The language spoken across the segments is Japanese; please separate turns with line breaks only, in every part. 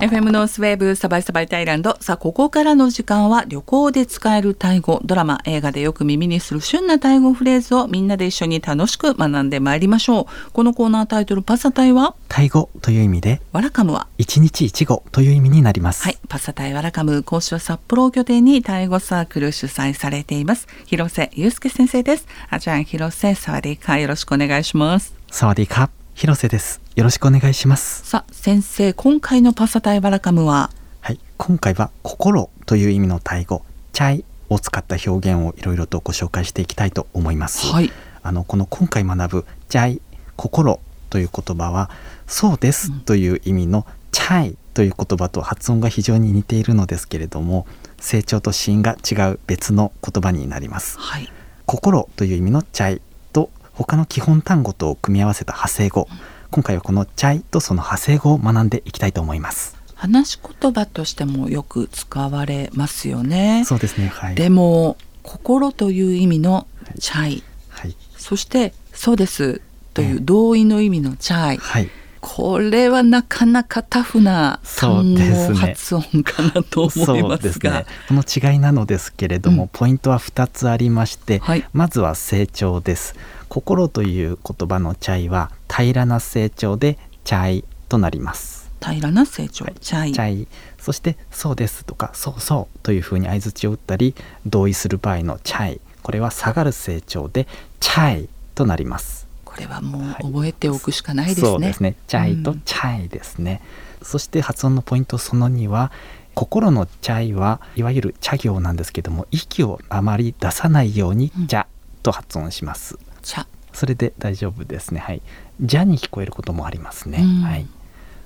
FM ノースウェーブサバイサバイタイランド。さあ、ここからの時間は旅行で使えるタイ語、ドラマ、映画でよく耳にする旬なタイ語フレーズをみんなで一緒に楽しく学んでまいりましょう。このコーナータイトルパサタイは、
タイ語という意味で
わらかむは、
一日一語という意味になります、
はい、パサタイワラカム講師は札幌を拠点にタイ語サークル主催されています広瀬祐介先生ですあちゃん広瀬サワディーカーよろしくお願いします
サワディーカ広瀬ですよろしくお願いします
さあ先生今回のパサタイワラカムは
はい今回は心という意味のタイ語チャイを使った表現をいろいろとご紹介していきたいと思います、
はい
あのこの今回学ぶ「チャイ」「心」という言葉は「そうです」という意味の「チャイ」という言葉と発音が非常に似ているのですけれども成長と子音が違う別の言葉になります。
はい
心という意味の「チャイ」と他の基本単語と組み合わせた派生語今回はこの「チャイ」とその派生語を学んでいきたいと思います。
話し言葉としてもよく使われますよね
そうですね、はい
でも心という意味のチャイ
はい
そしてそうですとい
ええ
う同意の意味のチャイ
はい
これはなかなかタフな単語発音かなと思い
そ
ま
うですす
が
ねこの違いなのですけれども、
うん
ポイントは2つありまして、
はい
まずは成長です心という言葉のチャイは平らな成長でチャイとなります
平らな成長、
はい
チャイ
チャイそしてそうですとかそうそうというふうに相槌を打ったり同意する場合のチャイこれは下がる成長でチャイとなります
これはもう
はい
覚えておくしかないですね,、
そうですね。チャイと
うん
チャイですね。そして発音のポイントその2は心のチャイはいわゆる茶行なんですけども息をあまり出さないように
うん
ジャと発音します。
チャ
それで大丈夫ですね。はい。ジャに聞こえることもありますね。
うん
はい。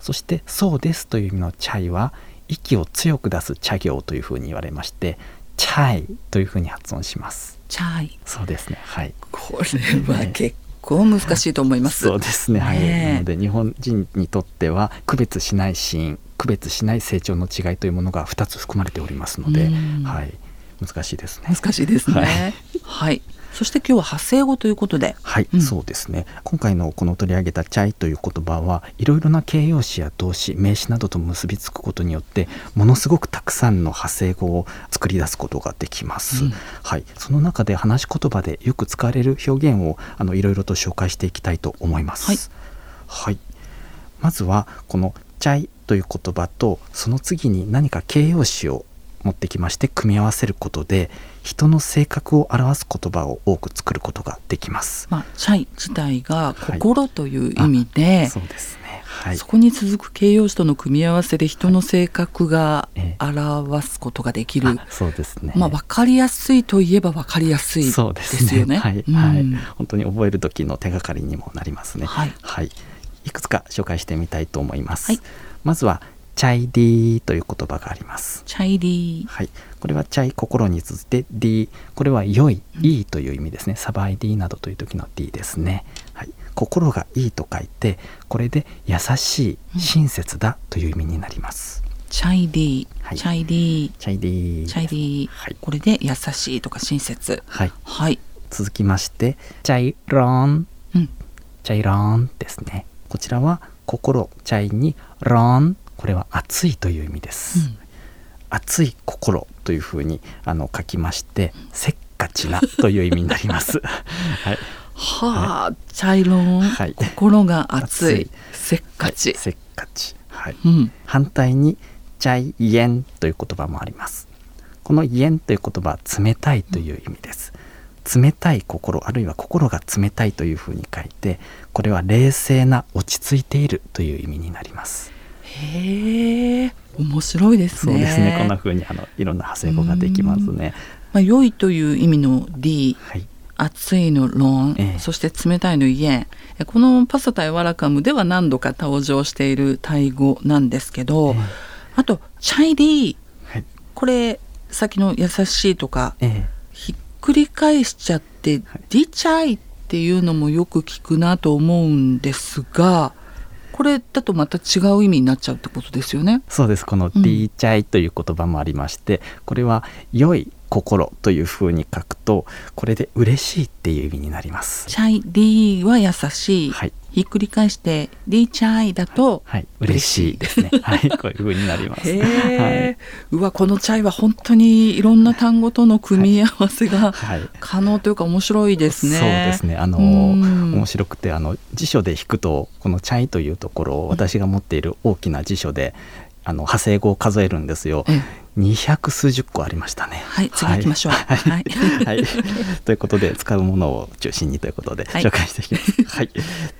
そしてそうですという意味のチャイは息を強く出す茶行というふうに言われましてチャイというふうに発音します。
チャイ
そうですね。はい。
これは結構難しいと思います、
そうですねはい、
ねえ
なので日本人にとっては区別しないシーン区別しない成長の違いというものが2つ含まれておりますので、
うん
はい、難しいですね。
難しいですね
は
はいい、そして今日は派生語ということで
はい、
うん
そうですね今回のこの取り上げた「チャイ」という言葉はいろいろな形容詞や動詞名詞などと結びつくことによってものすごくたくさんの派生語を作り出すことができます、
うん
はい、その中で話し言葉でよく使われる表現をあのいろいろと紹介していきたいと思います、
はい
はいまずはこの「チャイ」という言葉とその次に何か形容詞を持ってきまして組み合わせることで人の性格を表す言葉を多く作ることができます。
まあチャイ自体が
はい
心という意味で、
そうですね。はい
そ。こに続く形容詞との組み合わせで人の性格が
ええ
表すことができる、
あそうですね。
まあ分かりやすいといえば分かりやすいです
そうですね。
よね。
はい、
うん
はい、本当に覚える時の手がかりにもなりますね。
はい
い。いくつか紹介してみたいと思います。
はい
まずはチャイディーという言葉があります。
チャイリー
はい、これはチャイ心に続いて D これは良い、
うん
いいという意味ですねサバイ D などという時の D ですね、はい、心がいいと書いてこれで優し
う
い
ん
親切だという意味になります、
チャイディ、
はい
チャイディ、
チャイディー
チャイディ、
はい
これで優しいとか親切。
はい、
はい。
続きましてチャイロン
うん。
チャイロンですねこちらは心チャイにロンこれは熱いという意味です、
うん
熱い心というふうにあの書きましてせっかちなという意味になります はい
はあ、チャイロン、
はい
心が熱
熱
い
い、
せっかち。
せっかち、はい、
うん。
反対にチャイエンという言葉もありますこのイエンという言葉は冷たいという意味です冷たい心あるいは心が冷たいというふうに書いてこれは冷静な落ち着いているという意味になります
へえ、面白いです
そう
ね。
ですねこんな風にあのいろんな派生語ができますね
まあ、良いという意味の D、
はい
熱いのロン、
ええ
そして冷たいのイエン。えこのパサタイワラカムでは何度か登場しているタイ語なんですけど、
ええ
あと、チャイディ、
はい
これ、先の優しいとか、
ええ
ひっくり返しちゃって、
はい
ディチャイっていうのもよく聞くなと思うんですがこれだとまた違う意味になっちゃうってことですよね。
そうですこの「
うん
リーチャイ」という言葉もありまして、これは「良い」心というふうに書くとこれで嬉しいっていう意味になります
チャイ D は優しい、
はい
ひっくり返して D チャイだと、
はい嬉しいですねはいこういうふうになります
へ
は
え
い、
うわこのチャイは本当にいろんな単語との組み合わせが
はい
可能というか面白いですね。
そうですねあの
うん
面白くてあの辞書で引くとこの「チャイ」というところを私が持っている大きな辞書で、あの派生語を数えるんですよ。
ええ
200数十個ありましたね。
はい次行きましょう
はい
はい
はいということで使うものを中心にということで
はい
紹介していきます。はい、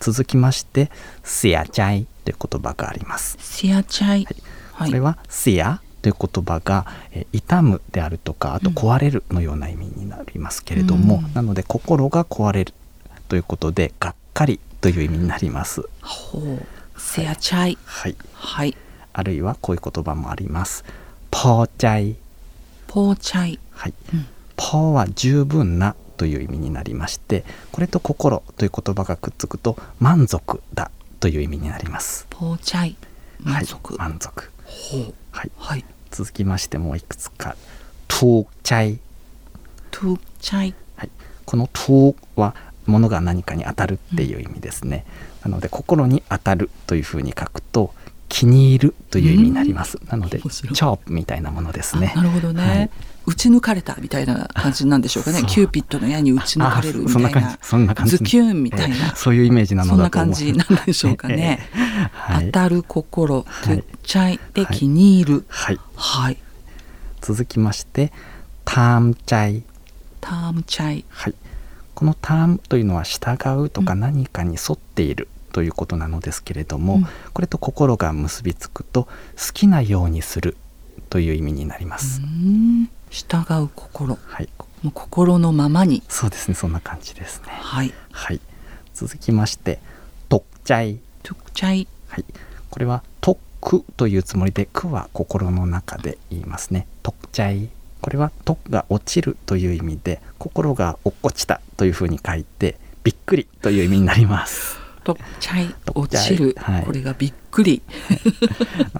続きまして「スヤチャイ」という言葉があります。
シアチャイ、は
これは「すや」という言葉が「えー痛む」であるとかあと「
うん
壊れる」のような意味になりますけれども、
うん
なので心が壊れるということで「がっかり」という意味になります。
ほうシアチャイ、
はい、
はい、
あるいはこういう言葉もあります。ポーチャイ、
ポーチャイ、
はい、
うん
ポーは十分なという意味になりまして、これと心という言葉がくっつくと満足だという意味になります。
ポーチャイ、満足、
はい、満足。
ほう、
はい、
はい、
続きましてもういくつか。トーチャイ、
トゥチャイ、
はい、この「と」は物が何かに当たるっていう意味ですね、なので心に当たるというふうに書くと気に入るという意味になります、なのでチ
面白い
ョープみたいなものですね
あなるほどね、
はい
打ち抜かれたみたいな感じなんでしょうかね
そう
キューピッドの矢に打ち抜かれるみ
あそん
た
ない感じ
な
そんな感じ
ズキュンみたいな、
ええそういうイメージな
そ
の
んな
だと思
感
う
じなんでしょうか ね、
はい
当、たる心
はい
トゥチャイで
はい
気に入る
はい、
はい、
続きまして「タームチャイ」
タームチャイ
はい、この「ターム」というのは従うとか
うん
何かに沿っているということなのですけれども、
うん
これと心が結びつくと好きなようにするという意味になります。
うん従う心
はい、
もう心のままに
そうですね、そんな感じですね。
はい
はい、続きまして「とっちゃい
トゥチャイ」
はい、これは「とっく」というつもりで「く」は心の中で言いますね。「とっちゃい」これは「と」が落ちるという意味で心が落っこちたというふうに書いて「びっくり」という意味になります。
トゥチャイ
トゥ
落
チャ
ち
イ
る、
はい
これがびっくり
な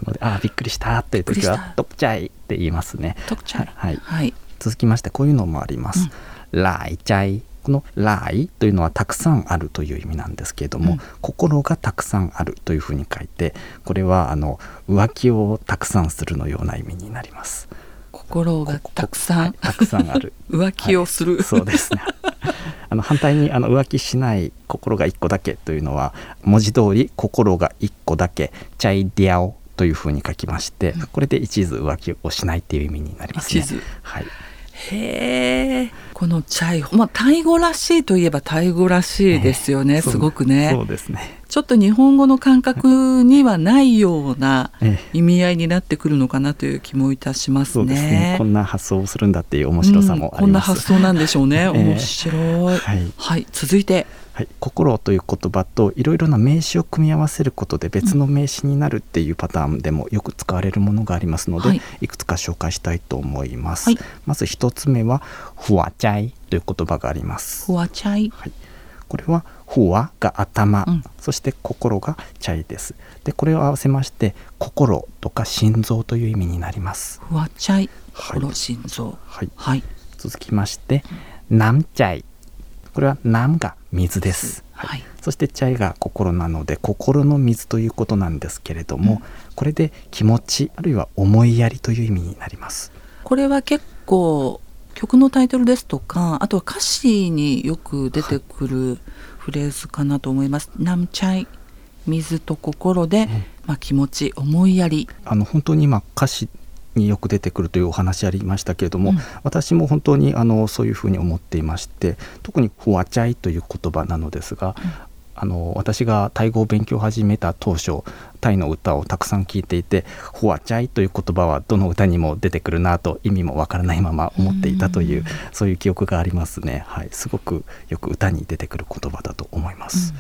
ので、ああ、びっくりしたという時
びっくりした
は、とっちゃいって言いますね。
トゥチャイ
はい
はい、
続きまして、こういうのもあります。ライチャイ。このライというのはたくさんあるという意味なんですけれども、
うん
心がたくさんあるというふうに書いて、これはあの浮気をたくさんするのような意味になります。
心がたくさん、
はいたくさんあ る。
浮気をする、
はいそうですね。 あの反対にあの浮気しない心が一個だけというのは文字通り心が一個だけチャイディアオというふうに書きまして、これで一途浮気をしないっていう意味になりますね。
一途
はい。
へえ。このチャイホ、まあタイ語らしいといえばタイ語らしいですよね。
ええ
すごく
そ
ね
う。ですね。
ちょっと日本語の感覚にはないような
ええ
意味合いになってくるのかなという気もいたします
そう
ね。
ですねこんな発想をするんだっていう面白さもあ
うんこ
り
んな
ます。
発想なんでしょうね。
ええ
面白い。は
はいい、
続いて。
はい、心という言葉といろいろな名詞を組み合わせることで別の名詞になるっていうパターンでもよく使われるものがありますので、
はい
い、くつか紹介したいと思います、
はい
まず一つ目は「ふわちゃい」という言葉があります
フォアチャイ。
はい、これは「ふわ」が頭、
うん
そして「心」が「ちゃい」ですでこれを合わせまして「心」とか「心臓」という意味になります、
フォアチャイ。
はい
心心臓。
はい、
はい。
続きまして「なんちゃい」これは「なん」が水です、
はい。
そしてチャイが心なので心の水ということなんですけれども、これで気持ちあるいは思いやりという意味になります。
これは結構曲のタイトルですとかあとは歌詞によく出てくるフレーズかなと思います。なんちゃい水と心で、まあ、気持ち思いやり
あの本当に今歌詞によく出てくるというお話ありましたけれども、
うん
私も本当にあのそういうふうに思っていまして特に「フォアチャイ」という言葉なのですが、あの私がタイ語を勉強を始めた当初タイの歌をたくさん聞いていて「フォアチャイ」という言葉はどの歌にも出てくるなと意味もわからないまま思っていたという、
うん
そういう記憶がありますね、はい、すごくよく歌に出てくる言葉だと思います。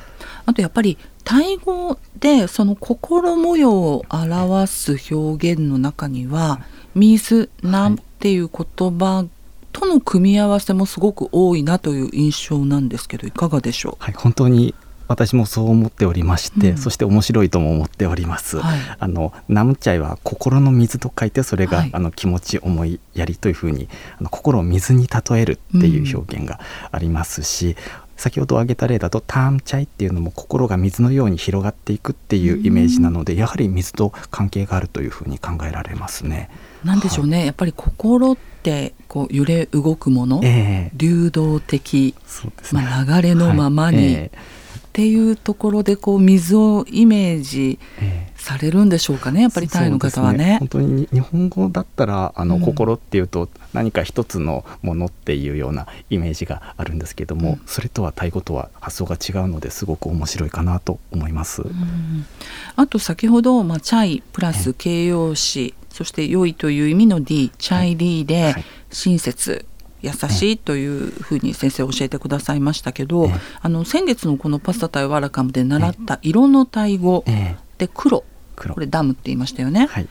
あとやっぱりタイ語でその心模様を表す表現の中には「水」「なん」っていう言葉との組み合わせもすごく多いなという印象なんですけどいかがでしょう
はい、本当に私もそう思っておりまして、
うん
そして面白いとも思っております。
はい
あのナムチャイは心の水と書いてそれが、
はい
あの気持ち思いやりというふうにあの心を水に例えるっていう表現がありますし、先ほど挙げた例だとタームチャイっていうのも心が水のように広がっていくっていうイメージなので、やはり水と関係があるというふうに考えられますね。
なんでしょうね、やっぱり心ってこう揺れ動くもの、
ええ
流動的、
そうですね、
まあ、流れのままに、
はいええ
っていうところでこう水をイメージ
ええ
されるんでしょうかねやっぱりタイの方はね
そうです。本当に日本語だったらあの、
うん
心っていうと何か一つのものっていうようなイメージがあるんですけども、
うん
それとはタイ語とは発想が違うのですごく面白いかなと思います。
うんあと先ほど、まあ、チャイプラス形容詞そして良いという意味の D チャイリーで、
はい
親切優しいというふうに先生教えてくださいましたけど、
ええ
あの先月のこの「パスタ対ワラカム」で習った色の対語
ええ
で黒
黒
これダムって言いましたよね。
はい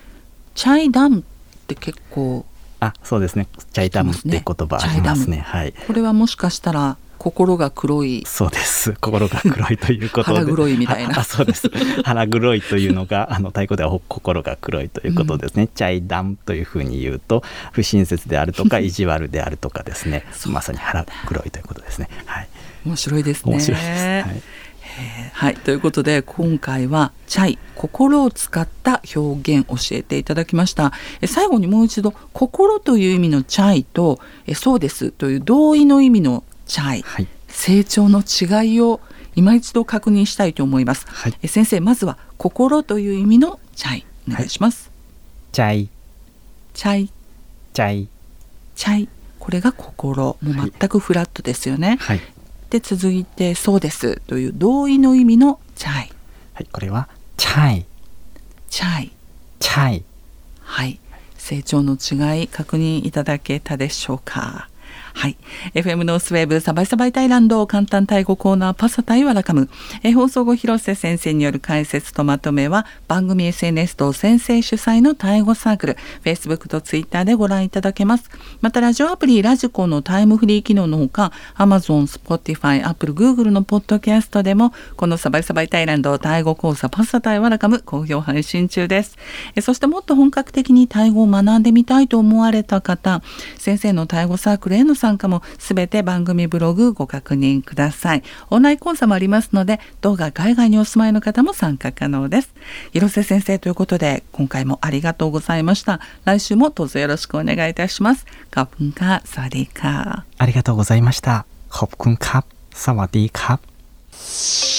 チャイダムって結構
あそうですねチャイダムって言葉ありますねはい
これはもしかしたら心が黒い
そうです心が黒いということで
腹黒いみたいな
ああそうです腹黒いというのが あの太鼓ではほ心が黒いということですね、チャイダンというふうに言うと不親切であると か意地悪であるとかですね
そう
まさに腹黒いということですねはい
面白いですね。
面白いです、はい、
はい、ということで今回は「チャイ心を使った表現」教えていただきましたえ最後にもう一度「心」という意味の「チャイと」えそうです」という同意の意味の「チャイ
はい
成長の違いを今一度確認したいと思います、
はい
え先生まずは「心」という意味の「チャイお願いします、
チャイ
チャイ
チャイ
チャイこれが心もう
はい
全くフラットですよね、
はい、
で続いて「そうです」という同意の意味の「チャイ
はい、これはチャイ
チャイ
チャイ
はい、成長の違い確認いただけたでしょうか。はい、FM ノースウェーブサバイサバイタイランド簡単タイ語コーナーパサタイワラカムえー放送後広瀬先生による解説とまとめは番組 SNS と先生主催のタイ語サークル Facebook と Twitter でご覧いただけますまたラジオアプリラジコのタイムフリー機能のほか Amazon、Spotify、Apple、Google のポッドキャストでもこのサバイサバイタイランドタイ語講座パサタイワラカム好評配信中ですえそしてもっと本格的にタイ語を学んでみたいと思われた方先生のタイ語サークルへの参加もすべて番組ブログご確認くださいオンライン講座もありますので動画海外にお住まいの方も参加可能です広瀬先生ということで今回もありがとうございました来週もどうぞよろしくお願いいたしますカプンカサワディーカー
ありがとうございました。ขอบคุณครับ。สวัสดีครับ